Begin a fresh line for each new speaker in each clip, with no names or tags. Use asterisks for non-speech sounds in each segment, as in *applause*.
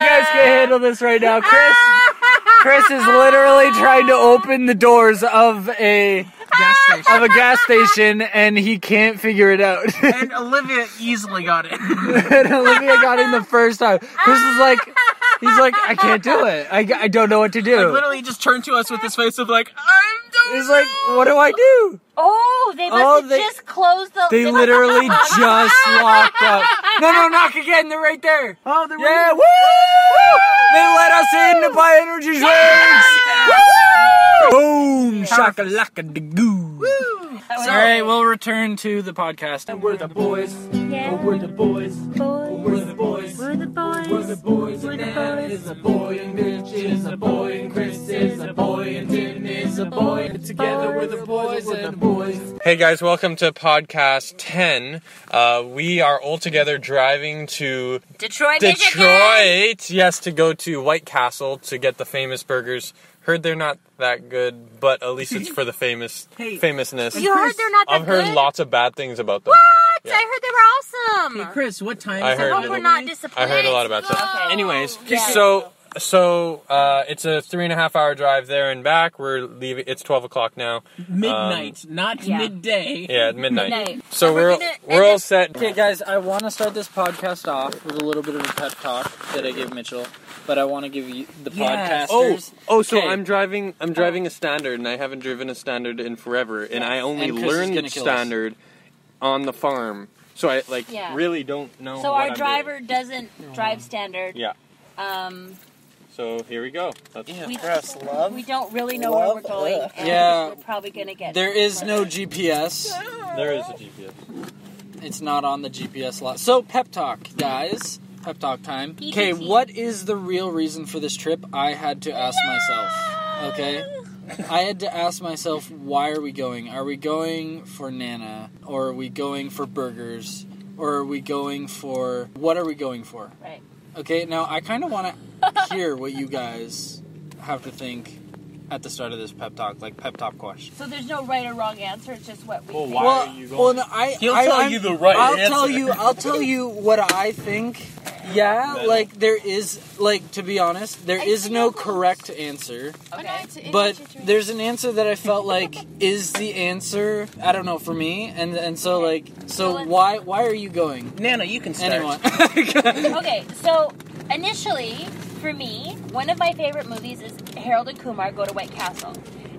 You guys can handle this right now. Chris Chris is literally trying to open the doors of a
gas
Ah!
station.
of a gas station and he can't figure it out. *laughs*
And Olivia easily got it.
and Olivia got in the first time. Chris is like he's like I can't do it. I, I don't know what to do.
Literally just turned to us with this face of like, I'm done.
He's like what do I do?
Oh, they must
Oh,
have
they-
just closed the.
They
*laughs*
literally just locked up. No, no, knock again. They're right there.
Oh, they're
Yeah, woo! They let us in to buy energy drinks. Woo! Boom! Shaka laka de goo.
All right, we'll return to the podcast. We're the boys.
Yeah.
We're the boys.
Boys.
the boys.
We're the boys.
We're the boys.
We're
And
the
Ann
boys.
is a boy. And Mitch is a boy. And Chris is a boy. And Tim is a boy. And together we're the boys. We're the boys.
Hey guys, welcome to podcast 10. Uh, we are all together driving to
Detroit,
Detroit. Yes, to go to White Castle to get the famous burgers. Heard they're not that good, but at least it's for the famous
*laughs* Hey.
famousness.
You heard they're not that
I've heard
good?
lots of bad things about them.
What? I heard they were awesome.
Chris, what time
I
is it,
heard-
by
I
the
hope we're
way?
not disappointed.
I heard a lot about that.
Okay.
Anyways,
Yeah.
so so uh, it's a three and a half hour drive there and back. We're leaving. It's 12 o'clock now.
Midnight, not
Yeah.
midday.
Yeah, at midnight.
Mm-hmm. Midnight.
So
And we're
we're
gonna-
we're
and
all
if-
set.
Okay, guys, I want to start this podcast off with a little bit of a pep talk that I gave Mitchell, but I want to give you the
Yes.
Oh,
podcasters.
oh! So
Okay.
I'm driving. I'm driving a standard, and I haven't driven a standard in forever. And I only
And Chris is
learned
gonna
the
kill us.
standard on the farm. So I like
Yeah.
really don't know.
So
what
our
I'm
driver doesn't drive standard.
Doing. Yeah.
Um,
So here we go. That's,
Yeah,
We-
for us, love.
we don't really know where
Love
we're going.
Earth.
and
Yeah.
We're probably gonna get.
There is no GPS.
There is a GPS.
It's not on the GPS lot. So pep talk, guys. Pep talk time.
PPT.
Okay, what is the real reason for this trip? I had to ask myself. Okay. I had to ask myself, why are we going? Are we going for Nana? Or are we going for burgers? Or are we going for. What are we going for?
Right.
Okay, now I kind of want to hear what you guys have to think at the start of this pep talk, like pep talk question.
So there's no right or wrong answer. It's just what we.
Well,
think.
why-
well,
are you
well,
going?
no, I,
He'll
I,
tell
I'm-
you the right
I'll
answer.
tell you. I'll tell you what I think. Yeah, like there is, like to be honest, there is no correct answer,
Okay.
but there's an answer that I felt *laughs* like is the answer. I don't know for me, and and so like so why why are you going?
Nana, you can start.
Anyone? *laughs*
Okay, so initially, for me, one of my favorite movies is Harold and Kumar Go to White Castle.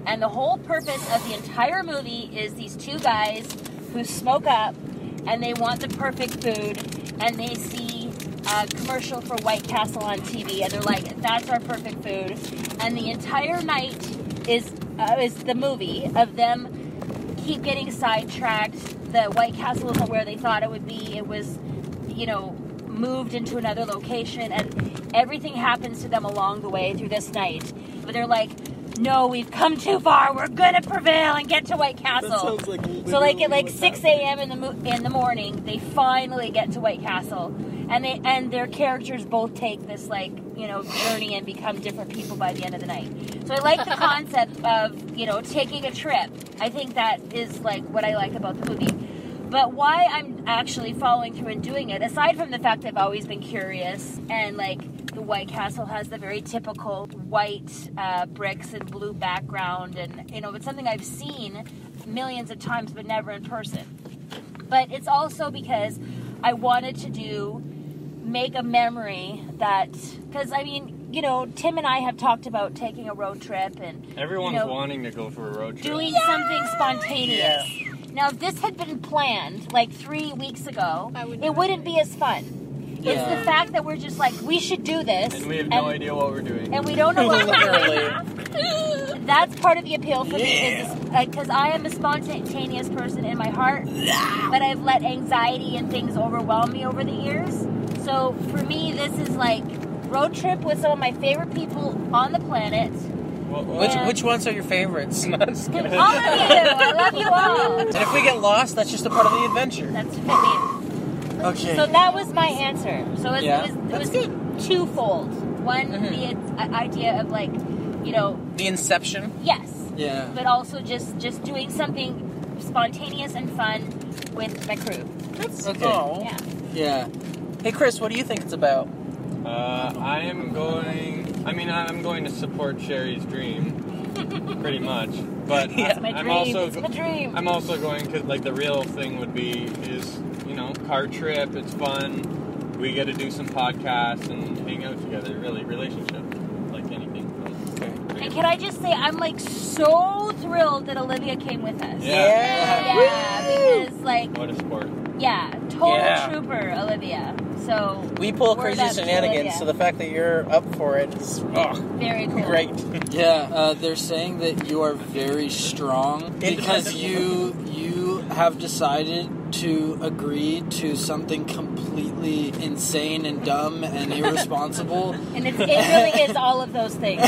And the whole purpose of the entire movie is these two guys who smoke up and they want the perfect food and they see a commercial for White Castle on TV and they're like, that's our perfect food. And the entire night is, uh, is the movie of them keep getting sidetracked. The White Castle isn't where they thought it would be. It was, you know, moved into another location, and everything happens to them along the way through this night. But they're like, "No, we've come too far. We're gonna prevail and get to White Castle." so, like at like 6 a.m. in the mo- in the morning, they finally get to White Castle, and they and their characters both take this like you know journey and become different people by the end of the night. So I like the concept of, you know, taking a trip. I think that is like what I like about the movie. But why I'm actually following through and doing it, aside from the fact I've always been curious and like the White Castle has the very typical white uh, bricks and blue background, and you know, it's something I've seen millions of times but never in person. But it's also because I wanted to do make a memory that because I mean, you know, Tim and I have talked about taking a road trip and
Everyone's
You know,
wanting to go for a road trip.
doing something spontaneous. Now, if this had been planned like three weeks ago, it wouldn't be as fun. It's
Yeah.
the fact that we're just like we should do this,
and we have no idea what we're doing.
and we don't know what we're doing.
Literally.
*laughs* That's part of the appeal for me, because I am a spontaneous person in my heart, but I've let anxiety and things overwhelm me over the years. So for me, this is like road trip with some of my favorite people on the planet.
Well, well,
Which
Yeah.
which ones are your favorites? and
*laughs*
All of you, I love you all.
if we get lost, that's just a part of the adventure.
That's what I mean.
okay.
So that was my answer. So it,
Yeah,
it was, it was twofold. One,
Mm-hmm.
the i- idea of like, you know,
The inception.
yes,
yeah.
but also just just doing something spontaneous and fun with my crew.
That's
Okay.
all.
Oh.
Yeah.
*laughs*
Yeah.
Hey Chris, what do you think it's about?
Uh, I am going. I mean, I- I'm going to support Sherry's dream, pretty much. But
That's
my
I'm
dream.
also
it's my dream.
I'm also going because like the real thing would be is you know car trip. It's fun. We get to do some podcasts and hang out together. Really, relationship like anything.
and can I just say, I'm like so thrilled that Olivia came with us.
Yeah.
Yeah, because like,
What a sport.
yeah, total
Yeah.
trooper, Olivia. So
We pull
We're
crazy
that
shenanigans,
Julia.
so the fact that you're up for it is oh,
very cool. *laughs*
great. *laughs*
Yeah, uh, they're saying that you are very strong because you you have decided to agree to something completely insane and dumb and irresponsible.
And it's, it really is all of those
*laughs*
things.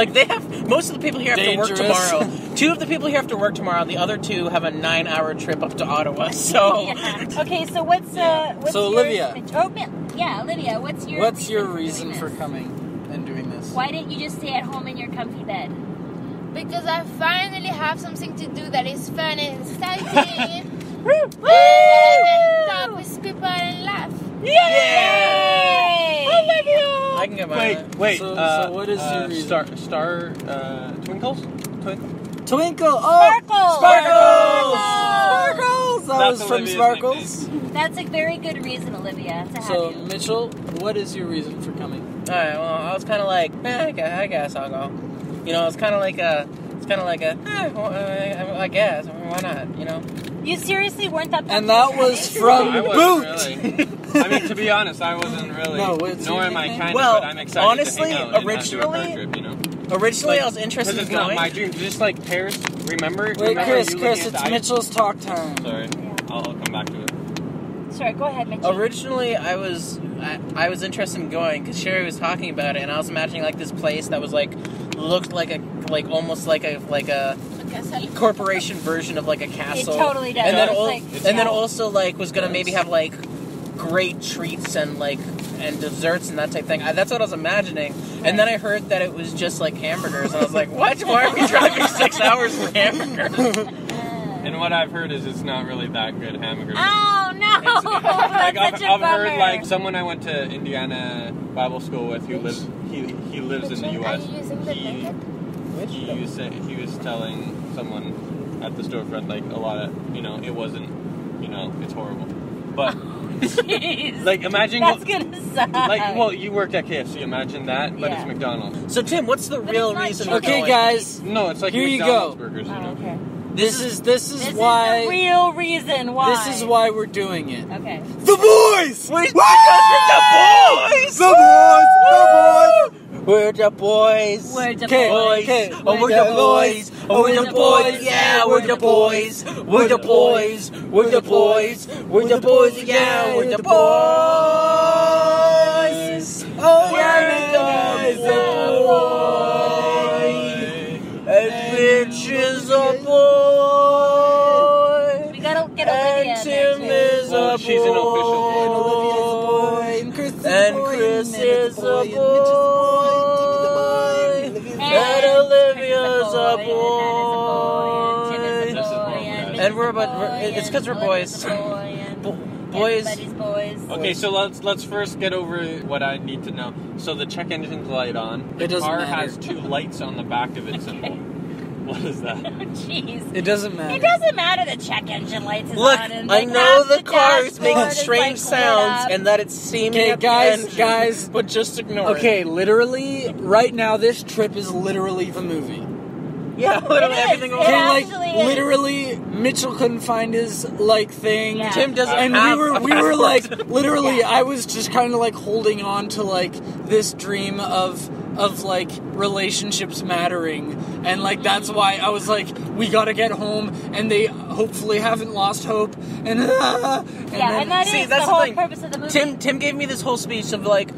Like they have most of the people here have to work
Dangerous.
tomorrow. Two of the people here have to work tomorrow. The other two have a nine-hour trip up to Ottawa. So
Yeah. Okay, so what's uh? What's
So,
your-
Olivia.
Oh, yeah, yeah, Olivia. What's your
What's your
reason
reason
doing
for
this?
coming and doing this?
Why didn't you just stay at home in your comfy bed?
Because I finally have something to do that is fun and *laughs* exciting.
Woo!
and talk with people and laugh.
Yay! I love you.
I can get my
Wait, wait.
So-
uh,
so what is
uh,
your reason?
star? Star uh, twinkles? Twinkle?
Twinkle! Oh,
Sparkles!
Sparkles! Sparkles!
Sparkles!
That
That's
was from
Olivia's
Sparkles.
That's a very good reason, Olivia, to have
So
you.
Mitchell, what is your reason for coming?
All right. Well, I was kind of like, eh, I guess, I guess I'll go. You know, it's kind of like a, it's kind of like a, eh, well, I, I- I guess why not? You know,
You seriously weren't that
And that was
I
from Boot.
wasn't really.
*laughs*
I mean, to be honest, I wasn't really.
No, what's
nor
your
am I
nickname?
kind of.
Well,
but I'm excited
honestly,
to hang out and not do a car
originally-
trip, you know,
originally I
Like,
was interested in
because it's
going.
not my dream. Just like Paris, remember?
Wait,
remember
Chris,
you
Chris, it's
looking at the ice-
Mitchell's talk time.
Sorry, I'll, I'll come back to it.
Uh. Sorry, go ahead, Mitchell.
Originally, I was I, I was interested in going because Sherry was talking about it, and I was imagining like this place that was like looked like a like almost like a like a corporation version of like a
it
castle.
totally does.
And then,
It's
al-
like-
and
yeah.
then also like was gonna maybe have like great treats and like and desserts and that type of thing. I, that's what I was imagining. And then I heard that it was just like hamburgers, and I was like, what? Why are we driving six hours for hamburgers?
*laughs*
And what I've heard is it's not really that good hamburger.
Oh, no!
like
*laughs* That's
I've,
such a
I've
bummer.
heard
*laughs*
like someone I went to Indiana Bible school with who lives he he lives in the
Mitchell,
U.S.
Are you using the
He-
blanket?
he was say, he was telling someone at the storefront like a lot of you know it wasn't you know it's
*laughs*
horrible, but
Jeez.
like imagine
That's
what-
gonna suck.
like well you worked at KFC imagine that but
Yeah.
it's McDonald's
so Tim, what's the
But
real
it's not
reason?
chicken.
we're
Okay,
going?
guys,
no it's like
Here you
McDonald's
go.
burgers you
Oh,
know
okay.
this is this is
This is the
why
real reason why.
this is why we're doing it.
Okay.
The boys! Wait,
Because
The boys! The boys!
we're the boys. We're the boys.
We're the
Okay,
boys.
okay.
Oh, we're the boys. Oh, we're the boys. Yeah, we're the boys. We're the boys. We're the boys. We're the boys. Yeah, we're the boys. Oh,
Oh.
we're the boys. And Rich is a boy.
We gotta get
And
Olivia in there,
Tim
too.
is a boy.
Well, she's an official
And Chris is
And Chris is a boy. And Olivia's a
And Matt is a boy. And Tim is a
boy.
This is
boy.
wrong,
And,
guys.
Mitch
And we're
is a
about- we're-
boy,
it's 'cause
and
we're
Olivia's a
boy.
boy, and
Bo- Boys.
Everybody's boys. *laughs*
okay so let's let's first get over what I need to know so the check engine's light on the
It doesn't
car
matter.
has two lights on the back of its
*laughs*
symbol what is that
Oh, Jeez.
It doesn't matter.
It doesn't matter the check engine lights is
Look,
on. And
I know
half
the car is
dashboard
making
is,
strange
like,
sounds
lit up.
and that it's seeming
Okay,
at the
guys,
engine,
guys.
but just ignore it.
Okay, literally, right now, this trip is literally the movie.
Yeah, *laughs* literally
It is,
everything
it
over
Okay,
there.
like
actually is.
literally, Mitchell couldn't find his like thing.
Yeah.
Tim doesn't
and
have
we were
a
we were
passport.
like literally
Yeah.
I was just kind of like holding on to like this dream of of like relationships mattering and like that's why I was like we got to get home and they hopefully haven't lost hope *laughs* and and
Yeah,
then-
and that is
See, that's the
the whole
thing.
purpose of the movie.
Tim Tim gave me this whole speech of like,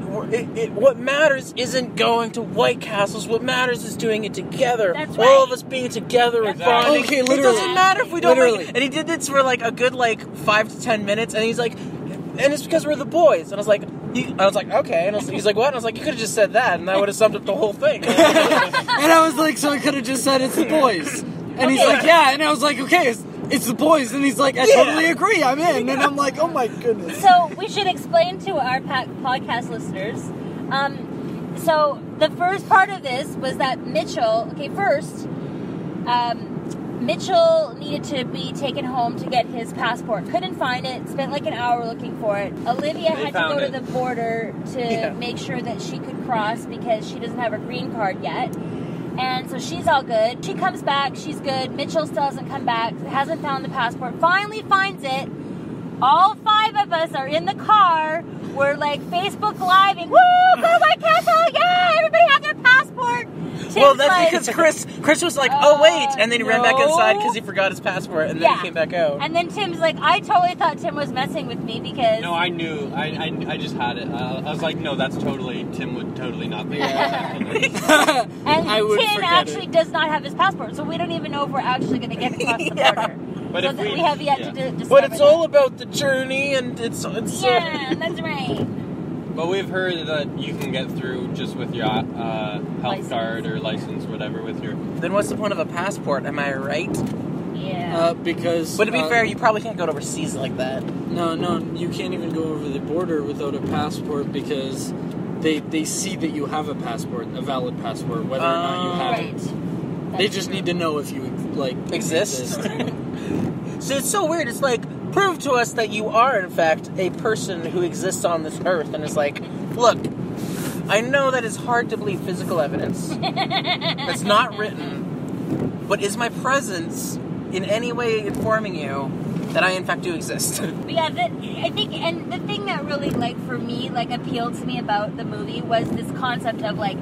w- it, it, what matters isn't going to White Castles. What matters is doing it together.
That's
All
right.
of us being together and
That's right.
bonding.
Okay,
It
literally.
doesn't matter if we don't.
Literally.
Like it. And he did this for like a good like five to ten minutes, and he's like, and it's because we're the boys. And I was like. He, I was like, okay, and I was, he's like, what? And I was like, you could have just said that, and I would have summed up the whole
*laughs*
thing.
and I was like so I could have just said it's the boys and he's like yeah and I was like okay it's- it's the boys, and he's like, I
Yeah.
totally agree, I'm in, and I'm like, oh my goodness.
So we should explain to our pa- podcast listeners. Um, so the first part of this was that Mitchell. Okay, first, um, Mitchell needed to be taken home to get his passport. Couldn't find it. Spent like an hour looking for it. Olivia
They
had to
found
go
it.
to the border to
Yeah.
make sure that she could cross because she doesn't have her green card yet. And so she's all good. She comes back, she's good. Mitchell still hasn't come back, hasn't found the passport, finally finds it. All five of us are in the car. We're like Facebook living. Woo! Go by Castle! Yeah! Everybody have their passport! Tim's
well, that's
like-
because Chris Chris was like, "Oh wait," and then he ran back
no.
inside because he forgot his passport, and then
Yeah.
he came back out.
And then Tim's like, I totally thought Tim was messing with me because
No, I knew. I, I, I just had it. Uh, I was like, no, that's totally. Tim would totally not
*laughs*
be.
and
I would
Tim
forget
actually does not have his passport, so we don't even know if we're actually going to get across the
*laughs* Yeah.
border.
But
so
if
that
we,
we, have yet
yeah.
to do, discover
but it's
that.
all about the journey, and it's it's. uh,
Yeah, that's right.
But we've heard that you can get through just with your uh, health
License.
card or license, whatever, with your.
Then what's the point of a passport? Am I right?
Yeah.
Uh, because.
But to be
uh,
fair, you probably can't go to overseas like that.
No, no, you can't even go over the border without a passport because they they see that you have a passport, a valid passport, whether or not you have Uh,
right.
it. Um, They just need to know if you like
Exist. *laughs* so it's so weird. It's like prove to us that you are in fact a person who exists on this earth, and it's like, look, I know that it's hard to believe physical
*laughs*
evidence. It's not written, but is my presence in any way informing you that I in fact do exist? *laughs*
But yeah, that, I think, and the thing that really, like, for me, like, appealed to me about the movie was this concept of, like,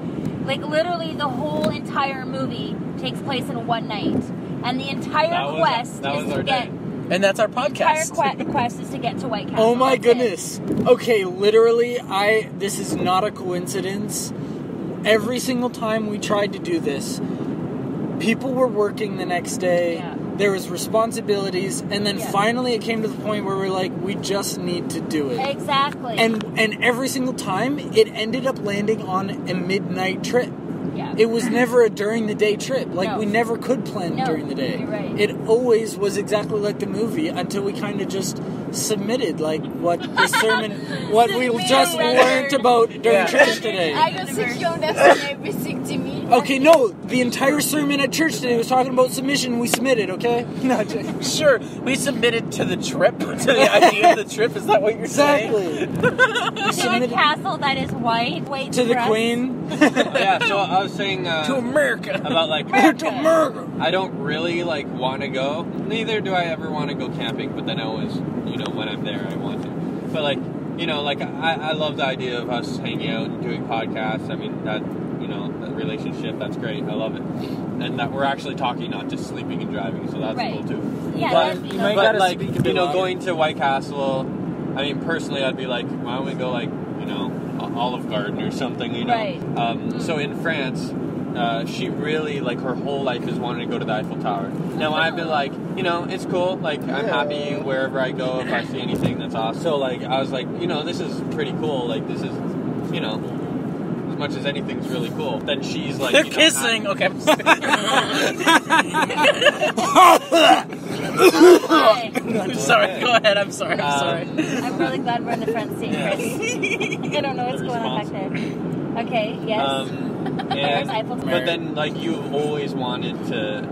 like literally the whole entire movie takes place in one night, and the entire
That was-
quest
that
is
was
to
our
get
day.
and that's our
entire
podcast.
que- quest is to get to White Castle.
Oh my
That's it.
goodness. Okay, literally I this is not a coincidence. Every single time we tried to do this, people were working the next day.
Yeah.
There was responsibilities and then
Yeah.
finally it came to the point where we're like we just need to do it.
Exactly.
And and every single time it ended up landing on a midnight trip.
yeah.
It was never a during the day trip. Like
No.
we never could plan
No,
during the day.
you're right.
It always was exactly like the movie until we kind of just submitted like what
*laughs*
the sermon, what we
Submitted.
just learned about during
Yeah.
church today.
I got secure that's everything to me.
Okay, no, the entire sermon at church today was talking about submission. We submitted,
*laughs*
okay? No, just,
Sure, we submitted to the trip, to the idea of the trip. Is that what you're saying?
exactly.
*laughs*
We
to a
submitted
castle that is white. Wait
to the
for
*laughs*
us.
queen.
yeah, so I was saying
To
uh,
America.
about like
to murder.
I don't really like want to go. Neither do I ever want to go camping. But then I always, you know, when I'm there, I want to. But like, you know, like I, I love the idea of us hanging out and doing podcasts. I mean, that you know, that relationship that's great. I love it, and that we're actually talking, not just sleeping and driving. So that's
Right.
cool too.
Yeah,
But-
that'd be
You might *laughs*
lovely.
But
gotta
like,
speak a bit
you know,
louder.
going to White Castle. I mean, personally, I'd be like, why don't we go like, you know, O- Olive Garden or something? You know.
Right.
Um, So in France, uh, she really like her whole life has wanted to go to the Eiffel Tower. Now I've been like, you know, it's cool. Like I'm happy wherever I go if I see anything that's awesome. So like I was like, you know, this is pretty cool. Like this is, you know, as much as anything's really cool. Then she's like,
They're
you know,
kissing. Okay. I'm *laughs* just-
*laughs*
Hi.
I'm *laughs* sorry. Go ahead. I'm sorry. I'm
Um,
sorry.
I'm really glad we're in the front seat, Chris. *laughs* I don't know what's
The
going on back there. Okay. Yes. *laughs*
Um,
Where's
and,
Eiffel Tower?
but then, like, you've always wanted to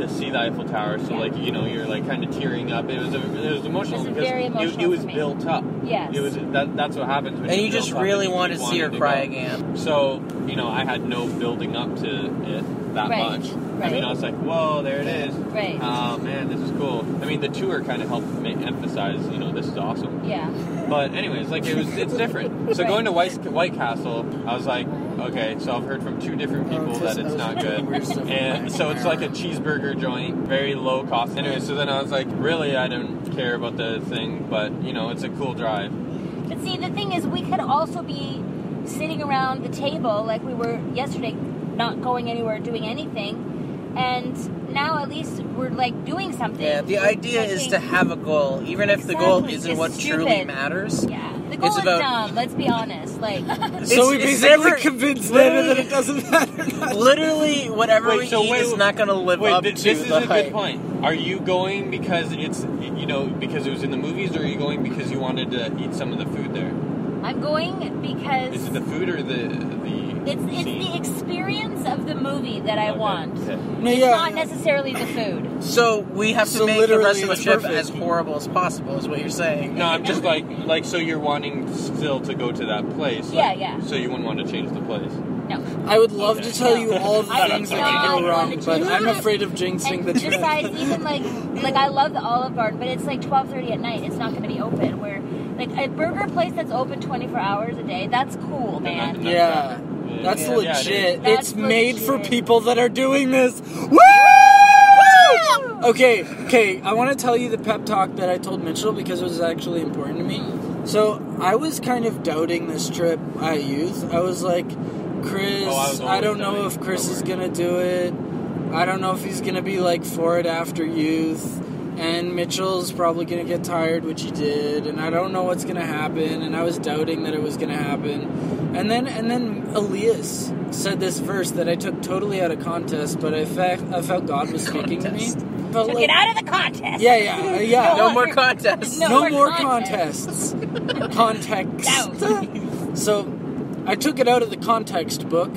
to see the Eiffel Tower, so like, you know, you're like kind of tearing up. It was a, it was emotional
This is
because
very
it- it,
emotional
was
for me.
built up.
yes.
It was that, that's what happens. When
And you
build
just
up
really
and you
wanted to see her
wanted
cry
go.
again.
So you know, I had no building up to it that
Right,
much. I
right.
mean, I was like, whoa, there it is.
Right.
Oh man, this is cool. I mean, the tour kind of helped ma- emphasize, you know, this is awesome.
yeah.
But anyways, like it was, it's different. So
Right.
going to White, White Castle, I was like, okay. So I've heard from two different people that it's not good, and so it's like a cheeseburger joint, very low cost. Anyway, so then I was like, really, I don't care about the thing, but you know, it's a cool drive.
But see, the thing is, we could also be sitting around the table like we were yesterday, not going anywhere, doing anything, and now at least we're like doing something.
Yeah, the
We're
idea is to
checking-
have a goal, even if the goal
Exactly,
isn't
it's
what truly
stupid.
matters.
Yeah. The goal
It's
is
about-
dumb. Let's be honest.
*laughs*
Like,
It's-
so we
it's
basically
never-
convinced Nana that it doesn't matter.
Literally, whatever
Wait,
we
so
eat
wait,
is not going to live
Wait,
up
thi-
to
this is
the
a
hype.
good point. Are you going because it's you know because it was in the movies, or are you going because you wanted to eat some of the food there?
I'm going because
Is it the food or the the?
it's it's
scene?
the experience of the movie that I
Okay,
want.
okay.
No,
It's
yeah.
not necessarily the food.
So we have to
So
make the rest
literally
of the
it's
trip
perfect.
as horrible as possible, is what you're saying.
No, I'm just like like so you're wanting still to go to that place. like,
Yeah, yeah.
So you wouldn't want to change
*laughs*
the place.
No.
I would love to tell you all the
I
things
did
that could
not
go wrong,
want to
but
do
I'm
that.
afraid of jinxing
And
the trip.
besides, even like like I love the Olive Garden, but it's like twelve thirty at night. It's not going to be open. Where like a burger place that's open twenty four hours a day, that's cool,
They're
man.
not-
Yeah.
Yeah.
That's
Yeah,
it is.
legit.
That's
it's made for
legit.
people that are doing this. Woo! Okay, okay, I want to tell you the pep talk that I told Mitchell because it was actually important to me. So I was kind of doubting this trip at youth. I was like, Chris,
Oh, I was
I, don't
always
know
doubting.
if Chris
Don't
is
worry.
gonna do it. I don't know if he's gonna be like for it after youth. And Mitchell's probably gonna get tired, which he did. And I don't know what's gonna happen. And I was doubting that it was gonna happen. And then and then Elias said this verse that I took totally out of contest, but I felt I felt God
*laughs*
was speaking to me.
Contest.
But,
So
like-
get out of the contest.
yeah, yeah, uh, yeah.
No
No
more
more-
contests.
*laughs* No.
No,
more
more
contests.
contests. Context. so, I took it out of the context book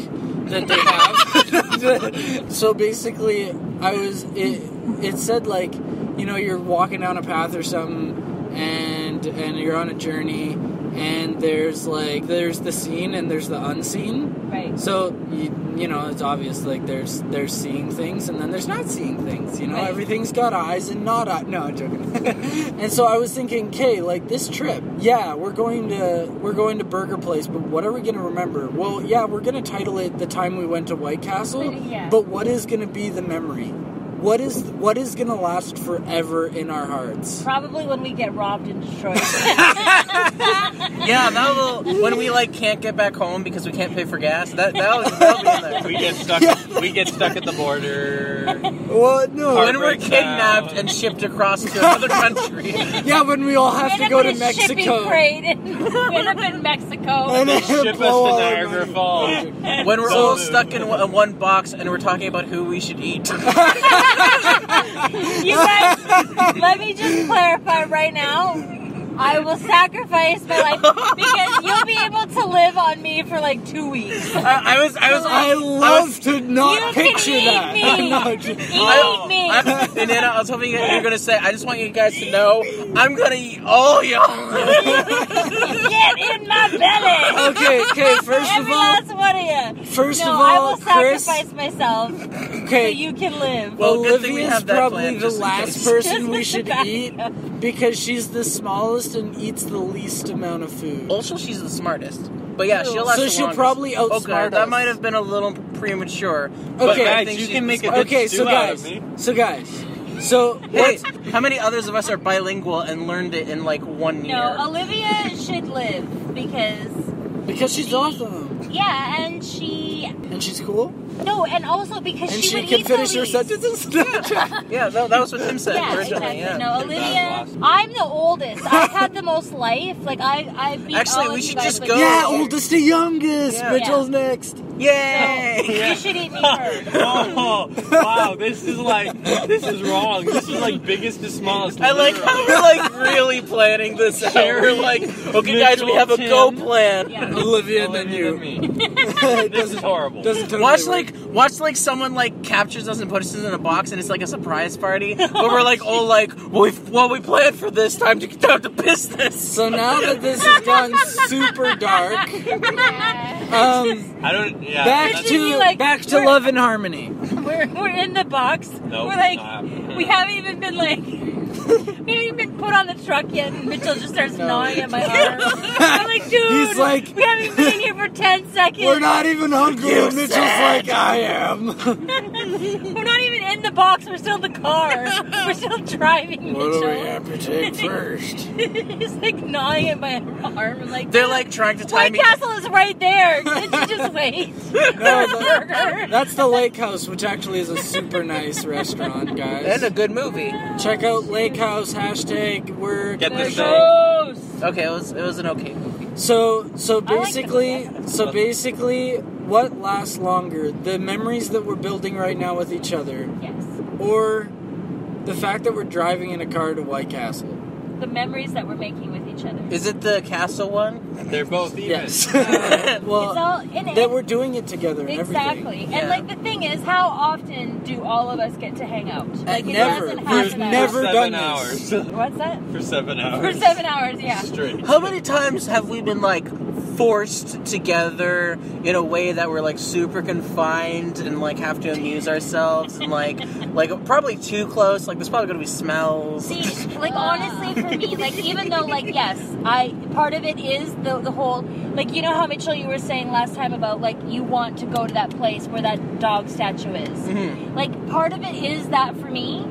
that they *laughs* have. so basically, I was it. It said like, you know, you're walking down a path or something, and and you're on a journey, and there's like there's the seen and there's the unseen.
Right.
So you, you know it's obvious like there's there's seeing things and then there's not seeing things. You know
Right.
everything's got eyes and not eye. No, I'm joking. *laughs* and so I was thinking, okay, like this trip, yeah, we're going to we're going to Burger Place, but what are we going to remember? Well, yeah, we're going to title it the time we went to White Castle.
Yeah.
But what is going to be the memory? What is what is going to last forever in our hearts?
Probably when we get robbed and
*laughs*
destroyed.
Yeah, that will. When we like can't get back home because we can't pay for gas, that that'll, that'll be in there.
We get stuck. We get stuck at the *laughs* border.
Well, no.
When we're
Heartbreak
kidnapped
now.
and shipped across to another country,
yeah, when we all have
End
to
up
go
in
to
a shipping
Mexico.
crate and *laughs* end up in
*laughs*
Mexico.
And then
Ship us to
blow all our
Niagara
money.
*laughs* Falls.
when we're all
So-
stuck in one, one box and we're talking about who we should *laughs* eat.
You guys, let me just clarify right now. I will sacrifice my life because you'll be able to live on me for like two weeks.
I, I was, I was,
I love to not
You can
picture
eat
that.
me.
No, *laughs* I'm just-
Eat me.
I, and Nana, I was hoping you were gonna say. I just want you guys to know, I'm gonna eat all y'all.
Get in my belly.
okay,
*laughs*
okay. First of
Every
all,
last one of you.
first
no,
of
I
all,
will
Chris.
sacrifice myself so
Okay,
you can live.
Well, good thing we
Olivia's
have that
probably
plan,
the
just in
last
case.
person we should
Just-
eat because she's the smallest and eats the least amount of food.
Also, she's the smartest. But yeah, she'll last
So
the
she'll
longest.
probably outsmart
Okay, that
us.
might have been a little premature. but
Okay.
I
Guys,
think
you
she's
can
the
make a
smartest.
Okay,
Stew
so
out of
guys,
me.
so guys, so
Hey,
what?
how many others of us are bilingual and learned it in like one year?
No, Olivia should live because
Because she's awesome
yeah, and she
and she's cool,
no, and also because
and
she,
she
would
can
eat
finish her
movies.
sentences.
yeah, no, that was what Tim said
Yeah,
originally. Yeah.
exactly. No, Olivia, I'm the oldest. I've had the most life. Like I, I beat
Actually,
all
we
of you
should
guys
just
with
go-
yeah,
years.
oldest to youngest.
Yeah.
Mitchell's next.
Yay!
You should eat me first.
Oh wow! This is like this is wrong. This is like biggest to smallest.
I like how we're like really planning this out. We're
Sherry,
like, okay, guys, we have a go
Mitchell, Tim.
plan.
Yeah.
Olivia,
Olivia
and then you.
and me.
*laughs* It
This is
doesn't,
horrible.
doesn't totally
Watch
work.
like watch like someone like captures us and puts us in a box and it's like a surprise *laughs* party, but we're like oh like well we well we planned for this time to time to business.
So now that this has gone super dark,
Yeah.
um,
I don't. Yeah.
back
that's-
Should
to
be like-
back to love and harmony.
We're, we're in the box.
No,
we're like,
not.
we haven't even been like, *laughs* we haven't even been put on the truck yet. And Mitchell just starts gnawing at my arm.
*laughs*
I'm like, dude,
He's like-
we haven't been in here for 10
*laughs*
seconds.
We're not even hungry.
You
and Mitchell's
said-
like I am.
*laughs* We're not even in the box. We're still in the car. We're still driving,
what do we
Mitchell.
amputate
*laughs*
first?
He's like gnawing at my arm. I'm like,
They're like trying to time
White
me.
Castle is right there. Did you just wait?
No, the-
Burger.
that's the Lake House, which actually is a super nice restaurant,
That's
guys.
a good movie.
Check out Lake House hashtag. We're
Get the
They're
thing.
gross.
okay, it was it was an okay movie.
So so
I like
basically
them.
so basically what lasts longer? The memories that we're building right now with each other
Yes.
or the fact that we're driving in a car to White Castle?
The memories that we're making with each other.
Is it the castle one?
They're both
*laughs*
even.
Yes.
it's
*laughs* well,
all in it.
that we're doing it together and everything.
Exactly.
Yeah.
And like the thing is, how often do all of us get to hang out? Like it
never.
doesn't
We've
happen. that
never
For
done
seven
this.
hours. *laughs*
often. What's that?
For seven
For
hours.
seven hours, yeah.
Straight.
How many times have we been like forced together in a way that we're like super confined and like have to amuse ourselves and
*laughs*
like like probably too close. Like there's probably gonna be smells.
See, like honestly, for me, like even though, like yes, I part of it is the the whole, like you know how Mitchell you were saying last time about like you want to go to that place where that dog statue is.
Mhm.
Mm-hmm.
Like part of it is that for me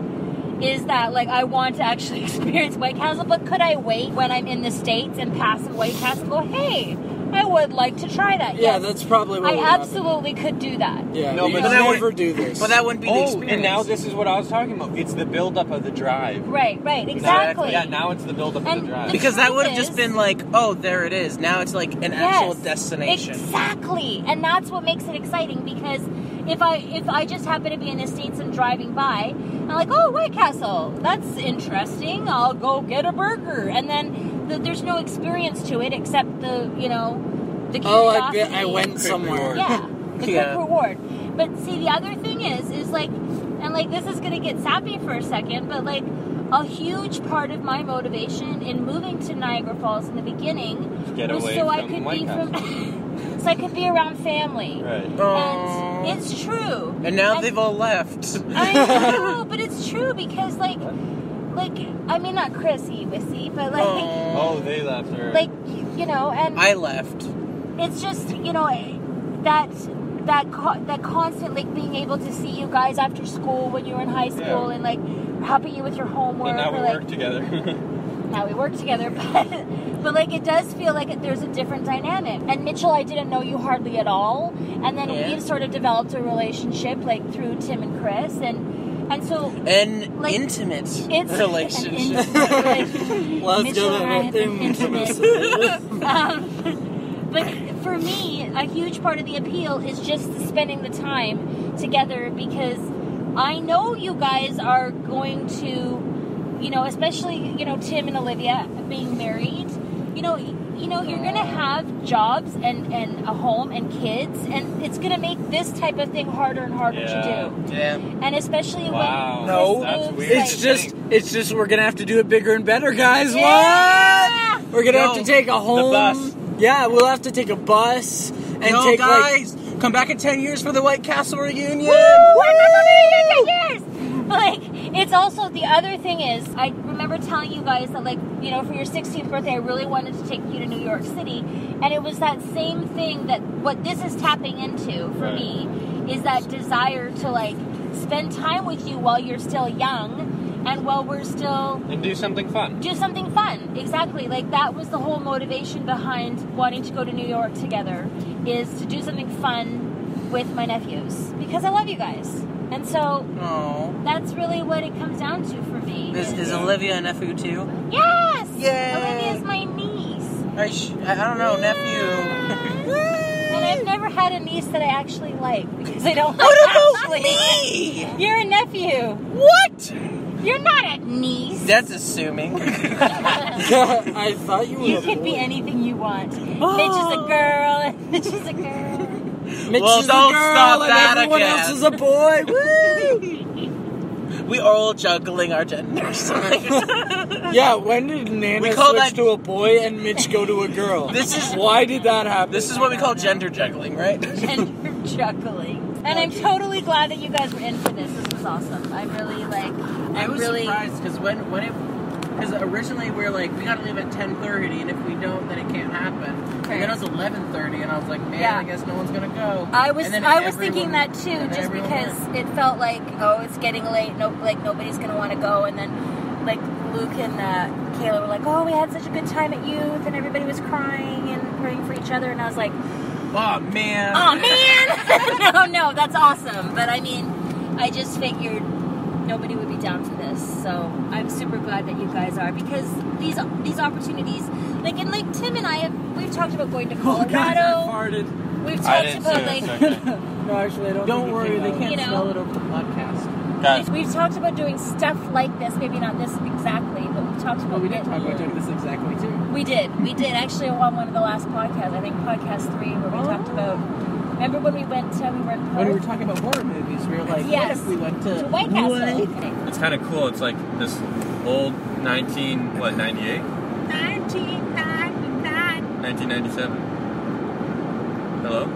is that like I want to actually *laughs* experience White Castle, but could I wait when I'm in the states and pass a White Castle? and Go, hey, I would like to try that.
Yeah,
Yes,
that's probably what
I
would happen.
absolutely could do that.
Yeah,
No,
we
but
would
that would-
never do this.
But that wouldn't be the
Oh,
experience.
and now this is what I was talking about. It's the buildup of the drive.
Right, right,
Exactly.
exactly.
Yeah, now it's the buildup of
And
the drive.
the-
because that would have
truth
just
is-
been like, oh, there it is. Now it's like an actual destination.
Exactly, and that's what makes it exciting because if I if I just happen to be in the states and driving by, I'm like, oh, White Castle, that's interesting. I'll go get a burger, and then the, there's no experience to it except the you know the curiosity.
oh, I bet I went somewhere.
Yeah, the
Yeah.
quick reward. But see, the other thing is, is like, and like this is gonna get sappy for a second, but like a huge part of my motivation in moving to Niagara Falls in the beginning
Get
was
away
so I
from
could
White
be
House.
from, *laughs* so I could be around family.
Right.
Aw.
And it's true.
and now
And-
they've all left.
I know, but it's true because like, like I mean not Chrissy, Wissy, but like,
Oh, they left her.
like you know,
*laughs*
and
I left.
it's just you know eh, that that co- that constant like being able to see you guys after school when you were in high school
Yeah.
and like helping you with your homework
and now
or
we
like
work together.
*laughs*
*laughs*
now we work together *laughs* but but like it does feel like there's a different dynamic and mitchell i didn't know you hardly at all and then
Yeah.
we sort of developed a relationship like through tim and chris and and
*laughs*
so
An
Like,
intimate
it's
relationship.
an intimate relationship.
Let's
Mitchell
go to
and I have been
*laughs* intimacy. *laughs*
Um, but for me, a huge part of the appeal is just the spending the time together because I know you guys are going to, you know, especially you know Tim and Olivia being married. You know, you know you're gonna have jobs and and a home and kids, and it's gonna make this type of thing harder and harder
Yeah.
to
yeah.
do. And especially
Wow.
when
No.
Chris
That's
moves,
weird.
It's
like-
just, it's just, we're gonna have to do it bigger and better, guys.
Yeah!
What? We're gonna have
Yo,
to take a home.
bus.
Yeah, we'll have to take a bus and
Yo,
take like.
guys, come back in ten years for the White Castle reunion.
years. But like, it's also the other thing is, I remember telling you guys that like, you know, for your 16th birthday, I really wanted to take you to New York City, and it was that same thing that what this is tapping into for
Right.
me is that desire to like spend time with you while you're still young and while we're still
and do something fun.
do something fun. Exactly. Like that was the whole motivation behind wanting to go to New York together is to do something fun with my nephews because I love you guys. And so
Aw.
that's really what it comes down to for me.
Is, is Olivia a nephew too?
yes.
Yay.
Olivia's my niece.
I, sh- I I don't know, nephew.
And I've never had a niece that I actually like because I don't
What about
*laughs* actually.
me?
You're a nephew.
What?
You're not a
*laughs*
niece.
That's assuming.
*laughs*
*laughs*
I thought you were.
you
a
can be
boy.
anything you want.
Oh.
Mitch is a girl. *laughs* Mitch is a girl.
Mitch
Well,
is a
don't
girl
stop
and
that
everyone
again.
else is a boy. Woo!
we are all juggling our
*laughs*
genders. *laughs*
yeah, when did Nana
We call
switch
that-
to a boy and Mitch go to a girl?
This is-
why did that happen?
this is what we call gender juggling, right?
*laughs* and you're chuckling. And I'm totally glad that you guys were in for this. This was awesome. I'm really like,
I
I'm
was
really.
surprised because when when it because originally we were like we gotta leave at ten thirty and if we don't then it can't happen. And then it was eleven thirty and I was like man
Yeah.
I guess no one's gonna go.
I was
And then
I was
everyone-
thinking that too,
and then
just
everyone
because
went.
it felt like oh it's getting late, no like nobody's gonna want to go, and then like Luke and uh, Kayla were like oh we had such a good time at youth, and everybody was crying and praying for each other, and I was like
Oh man.
*laughs* oh man, no no that's awesome, but I mean I just figured nobody would be down for this. So I'm super glad that you guys are because these these opportunities, like and like Tim and I have, we've talked about going to
Oh, God,
Colorado.
I farted.
we've
I
talked
didn't
about
see it,
like
it's
No, actually, I don't. Don't worry, they can't
You know?
smell it over the podcast.
Guys,
we've, *laughs* we've talked about doing stuff like this. Maybe not this exactly, but we've talked
But
about
Oh, we did
it.
talk about doing this exactly too.
We did. We did actually on one of the last podcasts. I think podcast three, where we
Oh.
talked about. Remember when we went? To, we were in
When we were
Perth?
talking about horror movies, we were like, what
Yes.
if we went to
to White Castle.
it's kind of cool. It's like this old 19 what 98 1997. Hello.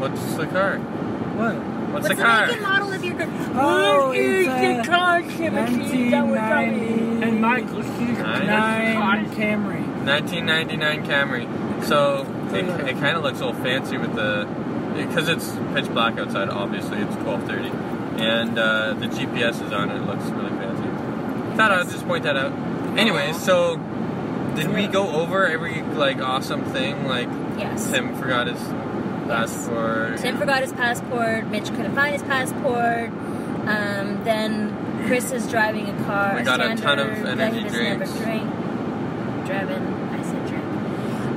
What's the car?
What?
What's,
What's
the
the
car?
make and model of your car?
Oh,
is
it's
the
a
car
1990
And Michael nine Camry.
1999 Camry. So
Oh,
it,
Toyota.
it kind of looks a little fancy with the because it's pitch black outside. Obviously, it's 12:30, and uh, the GPS is on it. It looks really fancy. Thought I'd just point that out. Anyways, so did we go over every like awesome thing? Like
Yes.
Tim forgot his passport.
Tim forgot his passport. Mitch couldn't find his passport. Um, then Chris is driving a car.
We
a
got a ton of
standard
energy
breakfast, never drink.
drinks.
Driving, I said drink.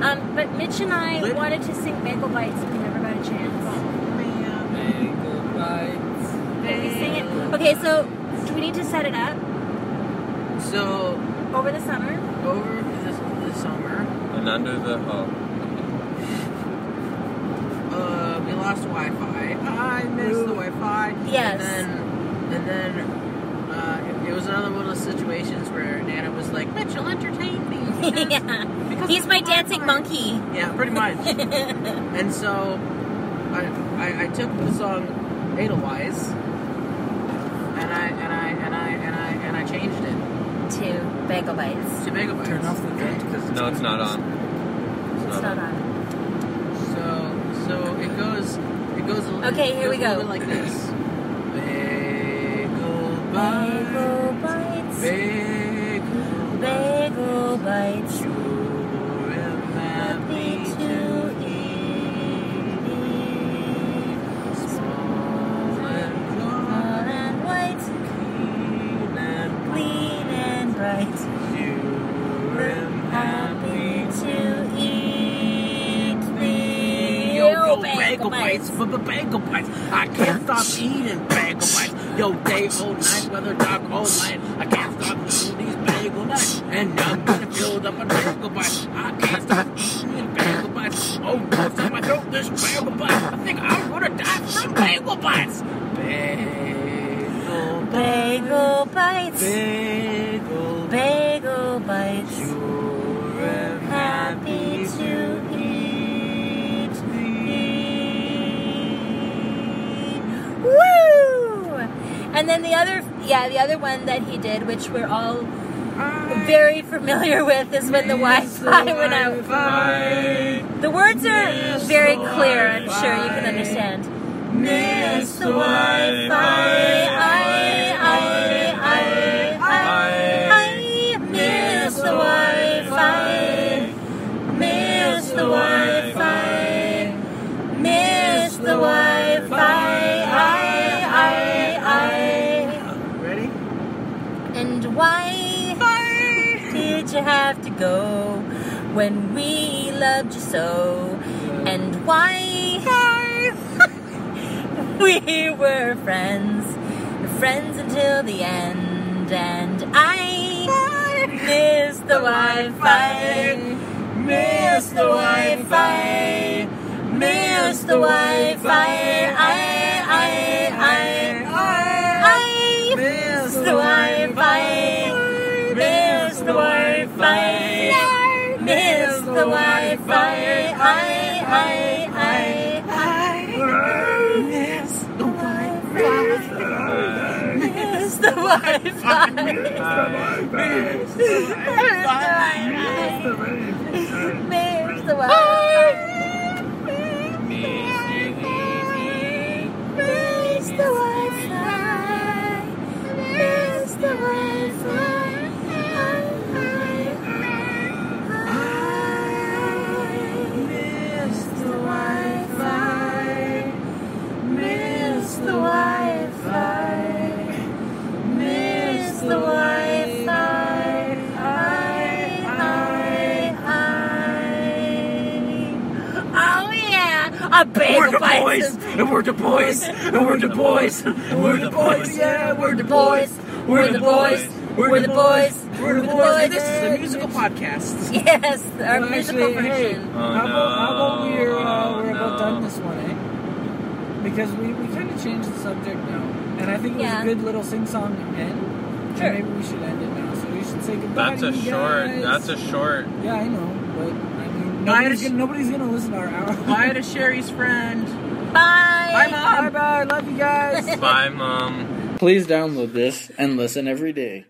Um, but Mitch and I
Lit-
wanted to sing Bagel Bites, and we never got a chance. But we sing it. Okay, so do we need to set it up
So
over the summer?
over this, this summer,
and under the oh,
uh, we lost Wi-Fi. I missed the Wi-Fi.
Yes.
And then, and then uh, it, it was another one of those situations where Nana was like, "Mitchell, entertain me." *laughs* because-
*laughs* *laughs* yeah.
because
He's
of
my
the
dancing
Wi-Fi."
monkey.
Yeah, pretty much. and so I, I, I took the song Edelweiss and I and I and I and I and I changed it
to Bagel Bites.
to Megabytes.
Turn off the vent because
no, it's not on. It's
It's
not
not
on.
on.
So so it goes it goes a little
Okay,
it
here we
goes a
go.
little bit like this. Bagel
Bagel Bites.
bites, bagel bites,
Bagel bites.
you're
Happy
happy
to
to
eat.
eat small and
Small
large.
and white, clean and bright. Happy to eat me.
Yo, yo, bagel bites, b- b- bagel bites. I can't stop eating bagel bites. Yo, day or night, whether dark or light, I can't stop eating these bagel bites. And I'm gonna build up a bagel bite. I can't stop eating bagel bites. Oh, what's in my throat? This bagel bite. I think I'm gonna die from bagel bites. Bagel bites.
Bagel bites.
Bagel bites.
Bagel bites.
You're
Happy to eat me. Woo! And then the other, yeah, the other one that he did, which we're all very familiar with, is when the Wi-Fi went out.
Bye.
The words are very clear. I'm sure you can understand. Miss the Wi-Fi. I, I, I, I, I miss the Wi-Fi. Miss the Wi-Fi. Miss the Wi-Fi. I, I,
Ready?
I. And why did you have to go when we loved you so? And why *laughs* we were friends, friends until the end. And I miss the Wi-Fi. Miss the Wi-Fi. Miss the Wi-Fi. I, I, I, I, I miss the Wi-Fi. Miss the Wi-Fi. Miss the Wi-Fi. I, I, I. Miss the Wi-Fi. Miss the Wi-Fi. Miss the Wi-Fi. Miss the Wi-Fi. Miss the Wi-Fi. Miss the Wi-Fi. Miss the Wi-Fi. Miss Oh, a bagel
We're the
bite
boys,
says,
and we're the boys, and we're the boys, and we're the boys, yeah, we're the boys, we're the boys, we're the boys, we're the boys.
Boys.
This is a musical podcast.
Yes, our
Well,
musical
actually, hey,
version.
Oh,
how, about, how about
no.
we're, uh,
Oh,
we're about
no.
done this one, eh? Because we, we kind of changed the subject now. And I think it was
Yeah.
a good little sing song to end.
Sure.
And maybe we should end it now. So we should say goodbye.
That's
to
a
you
short.
guys.
That's a short.
Yeah, I know. But I mean,
Bye to
nobody's,
sh-
gonna, nobody's gonna listen to our hour.
Bye to Sherry's friend.
Bye.
Bye bye. Love you guys.
Bye, mom.
Please download this and listen every day.